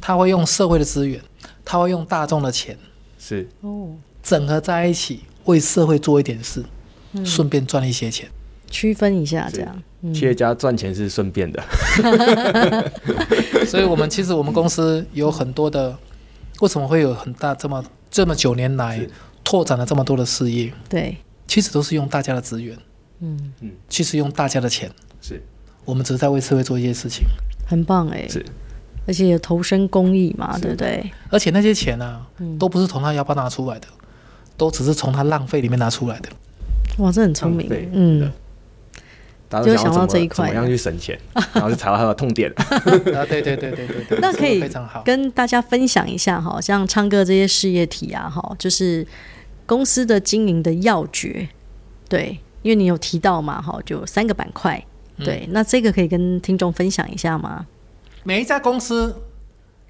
Speaker 3: 他会用社会的资源，他会用大众的钱
Speaker 2: 是
Speaker 1: 哦，
Speaker 3: 整合在一起，为社会做一点事，顺便赚一些钱。
Speaker 1: 区分一下
Speaker 2: 是
Speaker 1: 这样，
Speaker 2: 企业家赚钱是顺便的，
Speaker 3: 所以我们其实我们公司有很多的，为什么会有很大这么这么九年来
Speaker 2: 是
Speaker 3: 拓展了这么多的事业，
Speaker 1: 对，
Speaker 3: 其实都是用大家的资源，
Speaker 1: 嗯，
Speaker 3: 其实用大家的钱。
Speaker 2: 是
Speaker 3: 我们只是在为社会做一些事情，
Speaker 1: 很棒哎、
Speaker 2: 是
Speaker 1: 而且有投身公益嘛，
Speaker 2: 是
Speaker 1: 对不对？
Speaker 3: 而且那些钱呢、都不是从他腰包拿出来的，都只是从他浪费里面拿出来的。
Speaker 1: 哇，这很聪明
Speaker 2: 浪费，
Speaker 1: 嗯
Speaker 2: 对，大家都
Speaker 1: 就想
Speaker 2: 想要
Speaker 1: 到
Speaker 2: 怎么
Speaker 1: 这一块
Speaker 2: 怎么样去省
Speaker 1: [laughs]
Speaker 2: 钱，然后就查到他的痛点。
Speaker 3: [laughs] 啊，对对对对 [laughs] 对对，
Speaker 1: 那可以
Speaker 3: 非常好。
Speaker 1: 跟大家分享一下哈，像唱歌这些事业体啊，哈，就是公司的经营的要诀，对，因为你有提到嘛，哈，就有三个板块，
Speaker 3: 嗯
Speaker 1: 对，那这个可以跟听众分享一下吗？
Speaker 3: 每一家公司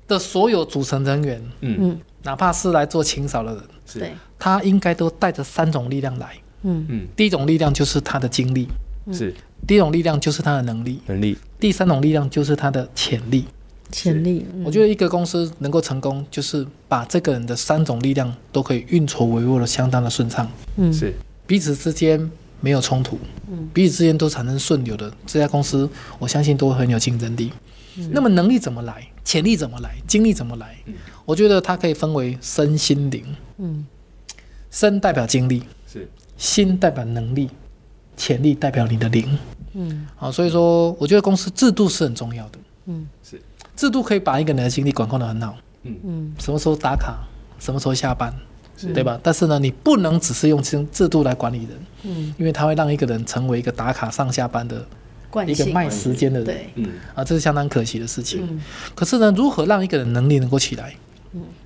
Speaker 3: 的所有组成人员，
Speaker 2: 嗯
Speaker 1: 嗯，
Speaker 3: 哪怕是来做清扫的人，
Speaker 2: 是
Speaker 1: 对，
Speaker 3: 他应该都带着三种力量来。
Speaker 1: 嗯
Speaker 2: 嗯
Speaker 3: 第一种力量就是他的精力，
Speaker 2: 是
Speaker 3: 第一种力量就是他的能力，
Speaker 2: 能力
Speaker 3: 第三种力量就是他的潜力。
Speaker 1: 潜力，嗯
Speaker 3: 我觉得一个公司能够成功，就是把这个人的三种力量都可以运筹帷幄的相当的顺畅。
Speaker 1: 嗯
Speaker 2: 是
Speaker 3: 彼此之间没有冲突，彼此之间都产生顺流的，这家公司我相信都会很有竞争力。那么能力怎么来？潜力怎么来？精力怎么来？我觉得它可以分为身心灵，
Speaker 1: 嗯
Speaker 3: 身代表精力，
Speaker 2: 是
Speaker 3: 心代表能力，潜力代表你的灵。
Speaker 1: 嗯
Speaker 3: 好，所以说我觉得公司制度是很重要的，
Speaker 1: 嗯
Speaker 2: 是
Speaker 3: 制度可以把一个人的精力管控得很好，
Speaker 1: 嗯
Speaker 3: 什么时候打卡，什么时候下班，对吧？但是呢，你不能只是用制制度来管理人，
Speaker 1: 嗯，
Speaker 3: 因为它会让一个人成为一个打卡上下班的
Speaker 1: 惯
Speaker 3: 一个
Speaker 1: 性，
Speaker 3: 卖时间的人
Speaker 1: 对，
Speaker 2: 嗯
Speaker 3: 啊，这是相当可惜的事情。可是呢，如何让一个人能力能够起来？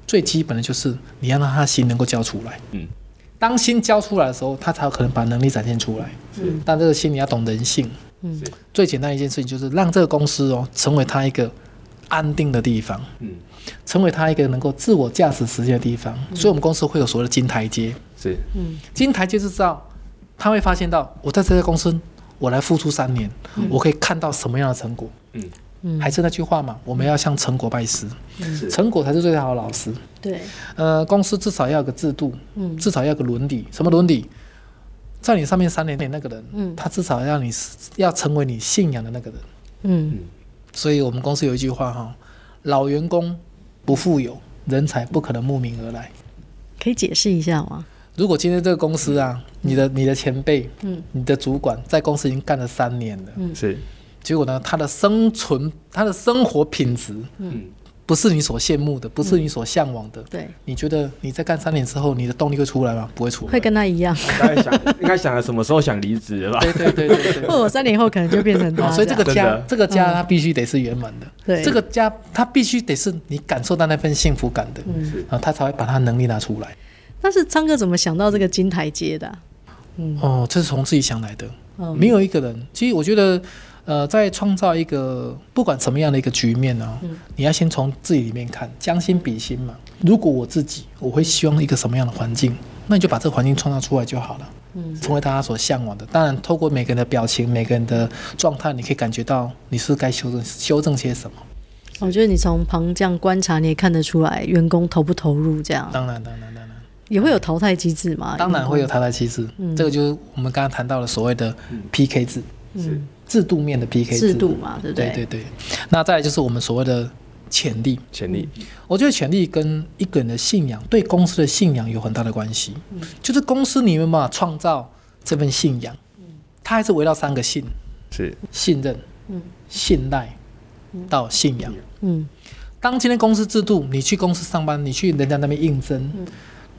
Speaker 3: 最基本的就是你要让他心能够交出来。
Speaker 2: 嗯，
Speaker 3: 当心交出来的时候，他才有可能把能力展现出来。
Speaker 2: 是
Speaker 3: 但这个心你要懂人性。
Speaker 1: 嗯
Speaker 2: 是
Speaker 3: 最简单一件事情就是让这个公司哦，成为他一个安定的地方，
Speaker 2: 嗯
Speaker 3: 成为他一个能够自我价值实现的地方。所以，我们公司会有所谓的金台阶。
Speaker 2: 是
Speaker 1: 嗯
Speaker 3: 金台阶是知道，他会发现到我在这家公司，我来付出三年，我可以看到什么样的成果。
Speaker 2: 嗯
Speaker 1: 嗯，
Speaker 3: 还是那句话嘛，我们要向成果拜师，
Speaker 2: 是
Speaker 3: 成果才是最好的老师。
Speaker 1: 对，
Speaker 3: 呃，公司至少要有个制度，
Speaker 1: 嗯
Speaker 3: 至少要有个伦理。什么伦理？在你上面三年内那个人，
Speaker 1: 嗯
Speaker 3: 他至少要你要成为你信仰的那个人。
Speaker 1: 嗯
Speaker 3: 所以我们公司有一句话哈，老员工不富有，人才不可能慕名而来。
Speaker 1: 可以解释一下吗？
Speaker 3: 如果今天这个公司啊，你的你的前辈，
Speaker 1: 嗯
Speaker 3: 你的主管在公司已经干了三年了，
Speaker 2: 嗯是
Speaker 3: 结果呢，他的生存，他的生活品质，
Speaker 2: 嗯
Speaker 3: 不是你所羡慕的，不是你所向往的。
Speaker 1: 嗯对，
Speaker 3: 你觉得你在干三年之后，你的动力会出来吗？不会出来。
Speaker 1: 会跟他一样，
Speaker 2: 大概想应该想了什么时候想离职了 [laughs] 吧？
Speaker 3: 对对对对
Speaker 1: [laughs]
Speaker 3: 对。
Speaker 1: 或我哦三年后可能就变成他
Speaker 3: 哦，
Speaker 1: 样，
Speaker 3: 所以这个
Speaker 2: 真
Speaker 3: 家
Speaker 2: 的，
Speaker 3: 这个家它必须得是圆满的。
Speaker 1: 嗯对
Speaker 3: 这个家它必须得是你感受到那份幸福感的，
Speaker 1: 嗯
Speaker 2: 是
Speaker 3: 啊，他才会把他能力拿出来。
Speaker 1: 但是张哥怎么想到这个金台阶的啊、
Speaker 3: 哦，这是从自己想来的，
Speaker 1: 嗯
Speaker 3: 没有一个人。其实我觉得，呃，在创造一个不管什么样的一个局面呢、
Speaker 1: 嗯
Speaker 3: 你要先从自己里面看，将心比心嘛。如果我自己，我会希望一个什么样的环境，那你就把这个环境创造出来就好了。
Speaker 1: 嗯，
Speaker 3: 成为大家所向往的。当然，透过每个人的表情、每个人的状态，你可以感觉到你是该修正修正些什么。
Speaker 1: 我觉得你从旁这样观察，你也看得出来员工投不投入，这样
Speaker 3: 当然，当然，当然，
Speaker 1: 也会有淘汰机制嘛？
Speaker 3: 当然会有淘汰机制。
Speaker 1: 嗯
Speaker 3: 这个就是我们刚刚谈到的所谓的 PK 制，
Speaker 2: 是
Speaker 3: 制度面的 PK
Speaker 1: 嗯
Speaker 3: 制
Speaker 1: 制度嘛，对不
Speaker 3: 对
Speaker 1: 对
Speaker 3: 对对。那再来就是我们所谓的潜力，
Speaker 2: 潜力
Speaker 1: 嗯
Speaker 3: 我觉得潜力跟一个人的信仰对公司的信仰有很大的关系，
Speaker 1: 嗯
Speaker 3: 就是公司你有没有办法创造这份信
Speaker 1: 嗯
Speaker 3: 仰，它还是围绕三个信：
Speaker 2: 是
Speaker 3: 信任、信赖、到信仰。
Speaker 1: 嗯
Speaker 3: 当今天公司制度，你去公司上班，你去人家那边应征，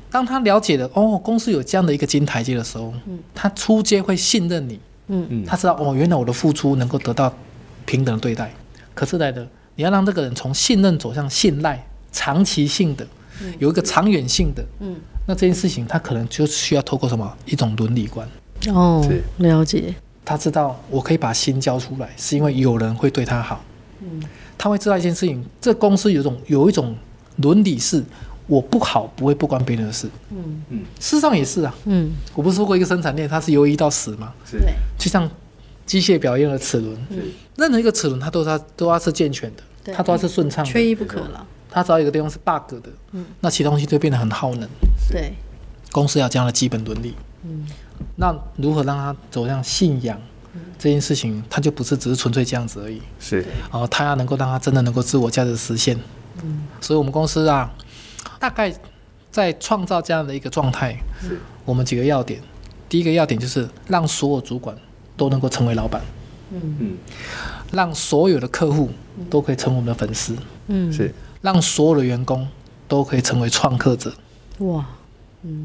Speaker 3: 当他了解了哦，公司有这样的一个金台阶的时候，他出街会信任你，
Speaker 1: 嗯
Speaker 2: 嗯
Speaker 3: 他知道哦，原来我的付出能够得到平等的对待。可是来的，你要让这个人从信任走向信赖，长期性的，有一个长远性的，
Speaker 1: 嗯
Speaker 3: 那这件事情他可能就需要透过什么一种伦理观。
Speaker 1: 哦
Speaker 3: 是，
Speaker 1: 了解，
Speaker 3: 他知道我可以把心交出来，是因为有人会对他好。
Speaker 1: 嗯
Speaker 3: 他会知道一件事情，这公司有一种有一种伦理是，我不好不会不关别人的事。
Speaker 1: 嗯
Speaker 3: 事实上也是啊，
Speaker 1: 嗯
Speaker 3: 我不是说过一个生产链它是由一到十嘛，
Speaker 2: 是
Speaker 1: 对
Speaker 3: 就像机械表一样的齿轮，任何一个齿轮它都是它都要是健全的，
Speaker 1: 嗯对
Speaker 3: 它都要是顺畅
Speaker 1: 缺
Speaker 3: 的，
Speaker 1: 一不可了，
Speaker 3: 它只要有一个地方是 bug 的，
Speaker 1: 嗯
Speaker 3: 那其他东西就变得很耗能。
Speaker 1: 对，
Speaker 3: 公司要有这样的基本伦理。那如何让它走向信仰这件事情，它就不是只是纯粹这样子而已。
Speaker 2: 是
Speaker 3: 然后他要能够让他真的能够自我价值实现。所以我们公司啊，大概在创造这样的一个状态，我们几个要点，第一个要点就是让所有主管都能够成为老板，
Speaker 2: 嗯
Speaker 3: 让所有的客户都可以成为我们的粉丝，
Speaker 1: 嗯
Speaker 2: 是
Speaker 3: 让所有的员工都可以成为创客者。
Speaker 1: 哇，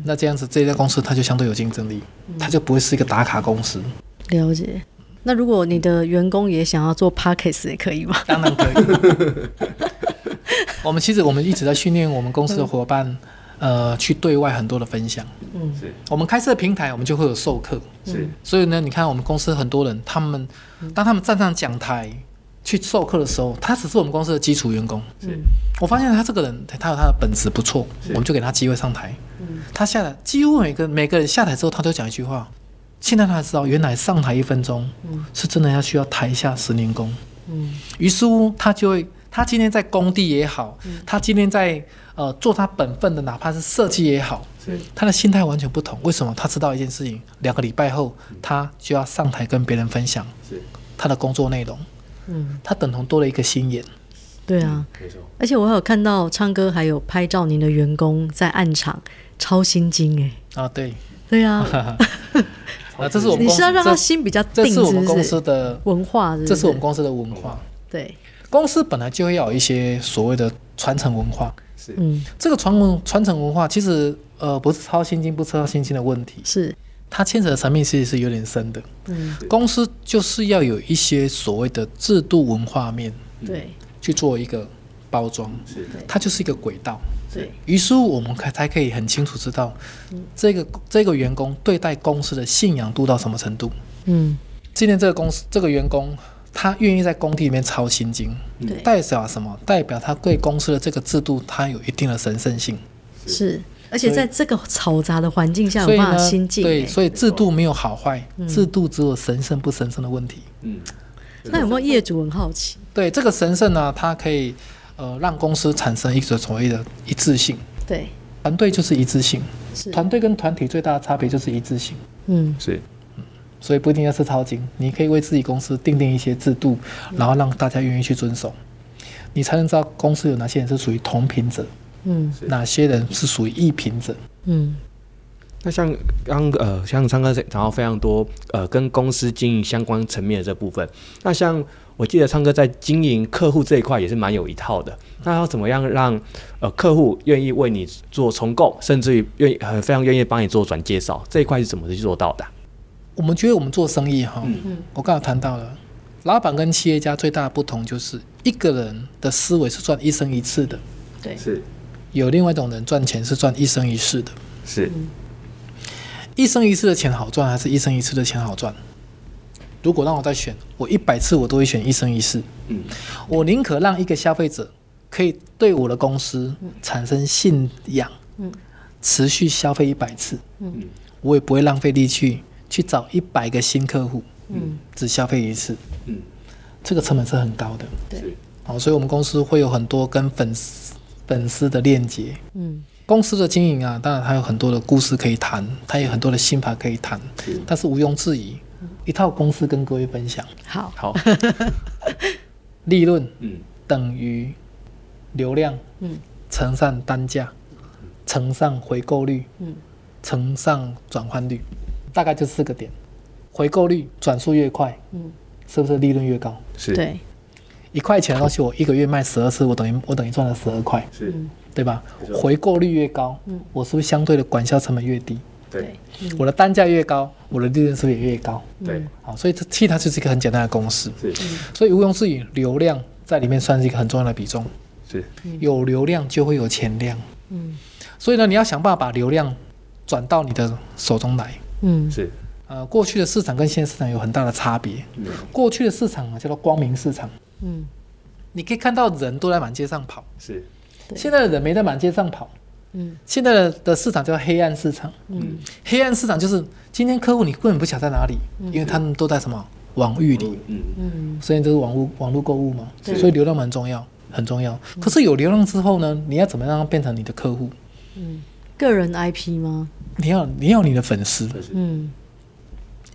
Speaker 3: 那这样子，这家公司它就相对有竞争力，它就不会是一个打卡公司。
Speaker 1: 了解。那如果你的员工也想要做 pockets 也可以吗？
Speaker 3: 当然可以。 [laughs] 我们其实我们一直在训练我们公司的伙伴，呃，去对外很多的分享。
Speaker 1: 嗯
Speaker 2: 是
Speaker 3: 我们开设平台，我们就会有授课。
Speaker 2: 是
Speaker 3: 所以呢，你看我们公司很多人，他们当他们站上讲台去授课的时候，他只是我们公司的基础员工。
Speaker 2: 是
Speaker 1: 嗯
Speaker 3: 我发现他这个人，他有他的本质不错，我们就给他机会上台。他下来，几乎每个每个人下台之后，他都讲一句话。现在他才知道，原来上台一分钟，是真的要需要台下十年功。
Speaker 1: 嗯
Speaker 3: 于是乎，他就会，他今天在工地也好，他今天在呃做他本分的，哪怕是设计也好，
Speaker 2: 是
Speaker 1: 嗯
Speaker 3: 他的心态完全不同。为什么？他知道一件事情，两个礼拜后，他就要上台跟别人分享
Speaker 2: 是，
Speaker 3: 他的工作内容，
Speaker 1: 嗯，
Speaker 3: 他等同多了一个心眼。
Speaker 1: 对啊，
Speaker 2: 没错，
Speaker 1: 而且我还有看到唱歌还有拍照，您的员工在暗场超心惊哎、
Speaker 3: 啊，对，
Speaker 1: 对啊，
Speaker 3: [laughs] 啊，这是我们
Speaker 1: 你
Speaker 3: 公
Speaker 1: 是
Speaker 3: 司，
Speaker 1: 要让他
Speaker 3: 这
Speaker 1: 心比较定，
Speaker 3: 这是
Speaker 1: 是不
Speaker 3: 我
Speaker 1: 是？
Speaker 3: 们公司的，
Speaker 1: 文化是不
Speaker 3: 这是我们公司的文化。
Speaker 1: 对，
Speaker 3: 公司本来就会要有一些所谓的传承文化，
Speaker 2: 是
Speaker 1: 嗯，
Speaker 3: 这个传文传承文化其实呃不是超新经不超新经的问题，
Speaker 1: 是，
Speaker 3: 它牵扯的层面其实是有点深的。
Speaker 1: 嗯，
Speaker 3: 公司就是要有一些所谓的制度文化面
Speaker 1: 对
Speaker 3: 去做一个包装，
Speaker 2: 是
Speaker 3: 它就是一个轨道。
Speaker 1: 对，
Speaker 3: 于是我们才才可以很清楚知道，
Speaker 1: 嗯
Speaker 3: 这个这个员工对待公司的信仰度到什么程度。
Speaker 1: 嗯
Speaker 3: 今天这个公司这个员工，他愿意在工地里面操心经，
Speaker 1: 对，
Speaker 3: 代表什么？代表他对公司的这个制度，他有一定的神圣性。
Speaker 1: 是，而且在这个嘈杂的环境下有
Speaker 3: 所以
Speaker 1: 办法
Speaker 3: 呢，
Speaker 1: 心境、嗯
Speaker 3: 对，
Speaker 1: 欸。
Speaker 3: 所以制度没有好坏，制度只有神圣不神圣的问题。
Speaker 2: 嗯
Speaker 1: 那有没有业主很好奇？
Speaker 3: 对这个神圣呢，它可以呃让公司产生一种所谓的一致性，
Speaker 1: 对，
Speaker 3: 团队就是一致性，
Speaker 1: 是，
Speaker 3: 团队跟团体最大的差别就是一致性，
Speaker 1: 嗯
Speaker 2: 是
Speaker 3: 所以不一定要是超精，你可以为自己公司定定一些制度，然后让大家愿意去遵守，你才能知道公司有哪些人是属于同频者，
Speaker 1: 嗯
Speaker 2: 是
Speaker 3: 哪些人是属于异频者。
Speaker 1: 嗯，
Speaker 2: 那像刚呃，像张哥谈到非常多呃跟公司经营相关层面的这部分，那像我记得唱歌在经营客户这一块也是蛮有一套的。那要怎么样让呃客户愿意为你做重购，甚至于愿意呃非常愿意帮你做转介绍这一块是怎么去做到的啊、
Speaker 3: 我们觉得我们做生意哈，
Speaker 2: 嗯
Speaker 3: 我刚才谈到了，老板跟企业家最大的不同就是一个人的思维是赚一生一次的，
Speaker 1: 对，
Speaker 2: 是
Speaker 3: 有另外一种人赚钱是赚一生一世的。
Speaker 2: 是
Speaker 3: 一生一次的钱好赚，还是一生一次的钱好赚？如果让我再选，我一百次我都会选一生一世。
Speaker 2: 嗯
Speaker 3: 我宁可让一个消费者可以对我的公司产生信仰，
Speaker 1: 嗯
Speaker 3: 持续消费一百次，
Speaker 2: 嗯
Speaker 3: 我也不会浪费力气去找一百个新客户，
Speaker 1: 嗯
Speaker 3: 只消费一次，
Speaker 2: 嗯
Speaker 3: 这个成本是很高的。
Speaker 1: 对，
Speaker 3: 好，所以我们公司会有很多跟粉丝粉丝的链接。
Speaker 1: 嗯
Speaker 3: 公司的经营啊，当然它有很多的故事可以谈，它有很多的心法可以谈，但是毋庸置疑，一套公式跟各位分享：
Speaker 1: 好，
Speaker 2: 好
Speaker 3: 利润
Speaker 2: 嗯
Speaker 3: 等于流量，
Speaker 1: 嗯，
Speaker 3: 乘上单价，乘上回购率，
Speaker 1: 嗯，
Speaker 3: 乘上转换率，大概就四个点。回购率转速越快，
Speaker 1: 嗯
Speaker 3: 是不是利润越高？
Speaker 2: 是
Speaker 1: 对，
Speaker 3: 一块钱的东西，我一个月卖十二次，我等于我等于赚了十二块，
Speaker 2: 是，
Speaker 3: 对吧
Speaker 2: 没？错
Speaker 3: 回购率越高，
Speaker 1: 嗯
Speaker 3: 我是不是相对的管销成本越低？
Speaker 2: 对
Speaker 3: 我的单价越高，我的利润是不是也越高？
Speaker 2: 对嗯
Speaker 3: 好，所以这其实它就是一个很简单的公式。
Speaker 2: 是
Speaker 3: 所以毋庸置疑，流量在里面算是一个很重要的比重。
Speaker 2: 是
Speaker 3: 有流量就会有钱量，
Speaker 1: 嗯
Speaker 3: 所以呢，你要想办法把流量转到你的手中来。
Speaker 1: 嗯
Speaker 2: 是，
Speaker 3: 呃，过去的市场跟现在市场有很大的差别。
Speaker 2: 嗯
Speaker 3: 过去的市场啊，叫做光明市场，
Speaker 1: 嗯，
Speaker 3: 你可以看到人都在满街上跑。
Speaker 2: 是，
Speaker 1: 对
Speaker 3: 现在的人没在满街上跑，
Speaker 1: 嗯，
Speaker 3: 现在的的市场叫黑暗市场。
Speaker 2: 嗯，
Speaker 3: 黑暗市场就是今天客户你根本不晓得在哪里，因为他们都在什么网域里，
Speaker 2: 嗯
Speaker 1: 嗯
Speaker 3: 所以就是网络网络购物嘛，
Speaker 1: 对
Speaker 3: 所以流量蛮重要，很重要。可是有流量之后呢，你要怎么让它变成你的客户？
Speaker 1: 嗯，个人 IP 吗？
Speaker 3: 你要你要你的粉丝，
Speaker 1: 嗯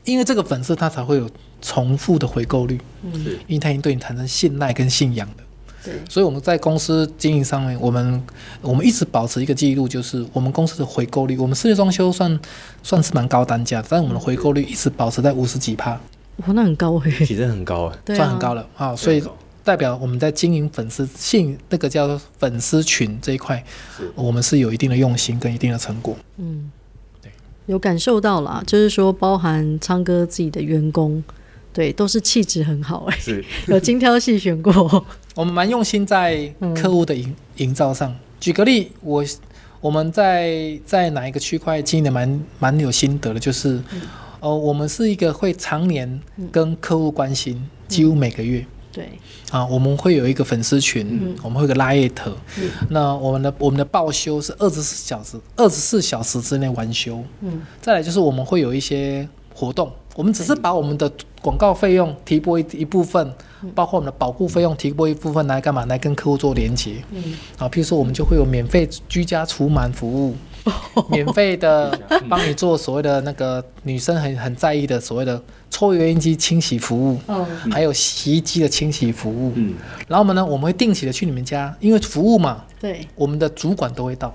Speaker 3: 因为这个粉丝他才会有重复的回购率，
Speaker 1: 嗯，
Speaker 2: 是
Speaker 3: 因为他已经对你产生信赖跟信仰的。
Speaker 1: 对，
Speaker 3: 所以我们在公司经营上面，我们我们一直保持一个记录，就是我们公司的回购率，我们世界装修算算是蛮高单价的，但是我们的回购率一直保持在五十几趴，
Speaker 1: 哇，那很高哎、
Speaker 2: 其实很高啊，
Speaker 1: 对
Speaker 3: 算很
Speaker 1: 啊，
Speaker 3: 高了啊、所以
Speaker 2: 很高
Speaker 3: 代表我们在经营粉丝信那个叫做粉丝群这一块
Speaker 2: 是，
Speaker 3: 我们是有一定的用心跟一定的成果。
Speaker 1: 嗯
Speaker 3: 对，
Speaker 1: 有感受到啦，就是说包含昌哥自己的员工，对，都是气质很好哎、
Speaker 2: 是
Speaker 1: 有精挑细选过， [laughs]
Speaker 3: 我们蛮用心在客户的营营造上。举个例，我我们在在哪一个区块经营的蛮蛮有心得的，就是、呃，我们是一个会常年跟客户关心，几乎每个月。
Speaker 1: 对，
Speaker 3: 啊，我们会有一个粉丝群，
Speaker 1: 嗯
Speaker 3: 我们会有个拉 i t 那我们的我们的报修是二十四小时，二十四小时之内完修。
Speaker 1: 嗯，
Speaker 3: 再来就是我们会有一些活动，我们只是把我们的广告费用提拨一一部分，
Speaker 1: 嗯
Speaker 3: 包括我们的保护费用提拨一部分来干嘛？来跟客户做连接。
Speaker 1: 嗯，
Speaker 3: 啊，譬如说我们就会有免费居家除螨
Speaker 1: [laughs]
Speaker 3: 服务。免费的帮你做所谓的那个女生很很在意的所谓的抽油烟机清洗服务，
Speaker 1: 哦，
Speaker 3: 还有洗衣机的清洗服务。
Speaker 2: 嗯
Speaker 3: 然后我们呢，我们会定期的去你们家，因为服务嘛，
Speaker 1: 对，
Speaker 3: 我们的主管都会到，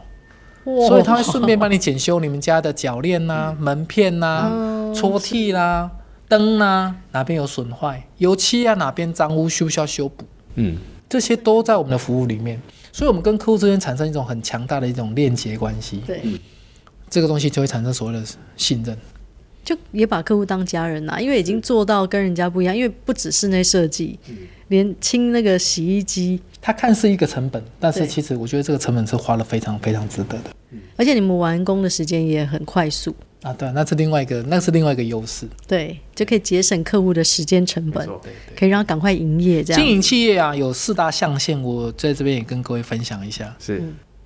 Speaker 1: 哇
Speaker 3: 所以他会顺便帮你检修你们家的铰链呐、门片呐、
Speaker 1: 嗯
Speaker 3: 抽屉啦、灯啦、哪边有损坏，油漆啊哪边脏污需不需要修补，
Speaker 2: 嗯
Speaker 3: 这些都在我们的服务里面。所以，我们跟客户之间产生一种很强大的一种链接关系，
Speaker 1: 对，
Speaker 3: 这个东西就会产生所谓的信任。
Speaker 1: 就也把客户当家人啦、因为已经做到跟人家不一样，因为不只室内设计，连清那个洗衣机，
Speaker 3: 它看似一个成本，但是
Speaker 1: 对
Speaker 3: 其实我觉得这个成本是花了非常非常值得的。
Speaker 1: 而且你们完工的时间也很快速，
Speaker 3: 啊，对，那是另外一个，那是另外一个优势。
Speaker 1: 对，就可以节省客户的时间成本，
Speaker 2: 错
Speaker 1: 可以让他赶快营业这
Speaker 3: 经
Speaker 1: 样。
Speaker 3: 营企业啊，有四大象限，我在这边也跟各位分享一下：
Speaker 2: 是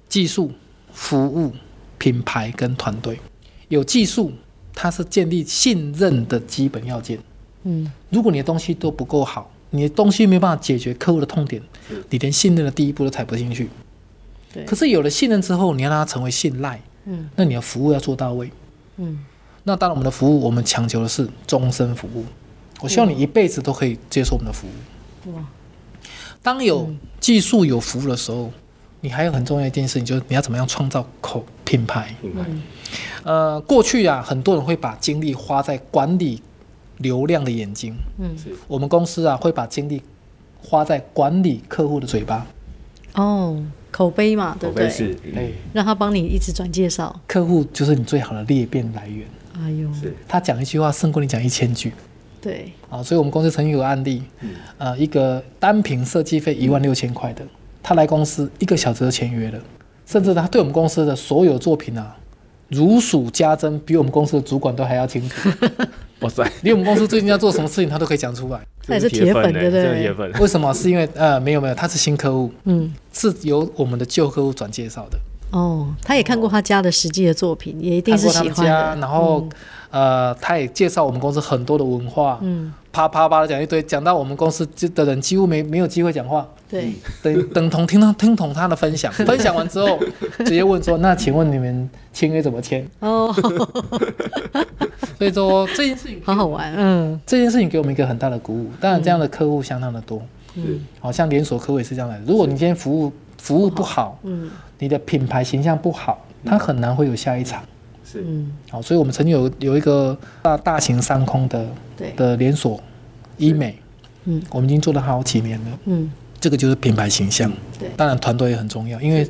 Speaker 3: 技术、服务、品牌跟团队。有技术，它是建立信任的基本要件。
Speaker 1: 嗯，
Speaker 3: 如果你的东西都不够好，你的东西没有办法解决客户的痛点，你连信任的第一步都踩不进去。
Speaker 1: 对
Speaker 3: 可是有了信任之后，你要让它成为信赖，
Speaker 1: 嗯，
Speaker 3: 那你的服务要做到位。
Speaker 1: 嗯，
Speaker 3: 那当然，我们的服务我们强求的是终身服务。我希望你一辈子都可以接受我们的服务。
Speaker 1: 哇，
Speaker 3: 当有技术有服务的时候，你还有很重要一件事情，就是你要怎么样创造口品牌。
Speaker 2: 品牌
Speaker 3: 呃，过去啊，很多人会把精力花在管理流量的眼睛，
Speaker 1: 嗯，
Speaker 3: 我们公司啊会把精力花在管理客户的嘴巴。
Speaker 1: 哦，口碑嘛，对
Speaker 2: 口
Speaker 1: 不
Speaker 2: 碑
Speaker 1: 对？
Speaker 2: 是
Speaker 3: 哎，
Speaker 1: 让他帮你一直转介绍。
Speaker 3: 客户就是你最好的裂变来源，
Speaker 1: 哎呦，
Speaker 2: 是
Speaker 3: 他讲一句话胜过你讲一千句。
Speaker 1: 对，
Speaker 3: 啊，所以我们公司曾经有个案例，呃，一个单凭设计费一万六千块的，他来公司一个小时就签约了，甚至他对我们公司的所有作品啊，如数家珍，比我们公司的主管都还要清楚，
Speaker 2: 哇塞，
Speaker 3: 连我们公司最近要做什么事情，他都可以讲出来。
Speaker 1: 他也是铁粉，对不
Speaker 2: 真的铁
Speaker 1: 对？
Speaker 2: 粉，哎
Speaker 3: 为什么？是因为呃，没有没有，他是新客户，
Speaker 1: 嗯，
Speaker 3: 是由我们的旧客户转介绍的，
Speaker 1: 哦，他也看过他家的实际的作品，也一定
Speaker 3: 看
Speaker 1: 是
Speaker 3: 哦过他
Speaker 1: 喜
Speaker 3: 们
Speaker 1: 欢
Speaker 3: 家，
Speaker 1: 的。
Speaker 3: 然后、呃，他也介绍我们公司很多的文化，
Speaker 1: 嗯，
Speaker 3: 啪啪啪的讲一堆，讲到我们公司的人几乎没没有机会讲话。
Speaker 1: 对，
Speaker 3: 等等同听到听同他的分享，分享完之后，直接问说：“那请问你们签约怎么签
Speaker 1: 哦，？” [laughs]
Speaker 3: 所以说这件事情，
Speaker 1: 好好玩，嗯
Speaker 3: 这件事情给我们一个很大的鼓舞。当然，这样的客户相当的多，
Speaker 2: 是
Speaker 3: 好、像连锁客户也是这样来的。如果你今天服务服务不好，
Speaker 1: 嗯
Speaker 3: 你的品牌形象不好，它很难会有下一场。
Speaker 2: 是
Speaker 1: 嗯，
Speaker 3: 好、所以我们曾经有有一个大大型商空的
Speaker 1: 对，
Speaker 3: 的连锁医美，
Speaker 1: 嗯，
Speaker 3: 我们已经做了好几年了。
Speaker 1: 嗯，
Speaker 3: 这个就是品牌形象。
Speaker 1: 对
Speaker 3: 当然团队也很重要，因为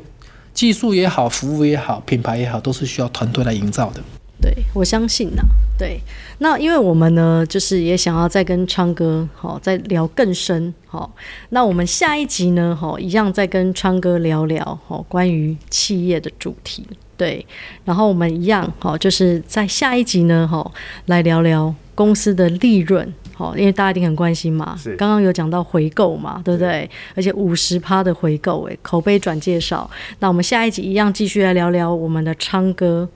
Speaker 3: 技术也好，服务也好，品牌也好，都是需要团队来营造的。
Speaker 1: 对，我相信呐、对，那因为我们呢，就是也想要再跟昌哥好、再聊更深好、那我们下一集呢，好、一样再跟昌哥聊聊好、关于企业的主题。对，然后我们一样好、就是在下一集呢，好、来聊聊公司的利润。好，因为大家一定很关心嘛
Speaker 2: 是，
Speaker 1: 刚刚有讲到回购嘛，对不对？而且五十趴的回购，哎，口碑转介绍。那我们下一集一样继续来聊聊我们的昌哥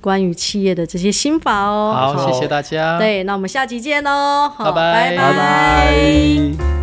Speaker 1: 关于企业的这些心法哦。
Speaker 3: 好，谢谢大家。
Speaker 1: 对，那我们下集见喽。好
Speaker 3: 拜拜
Speaker 1: 拜拜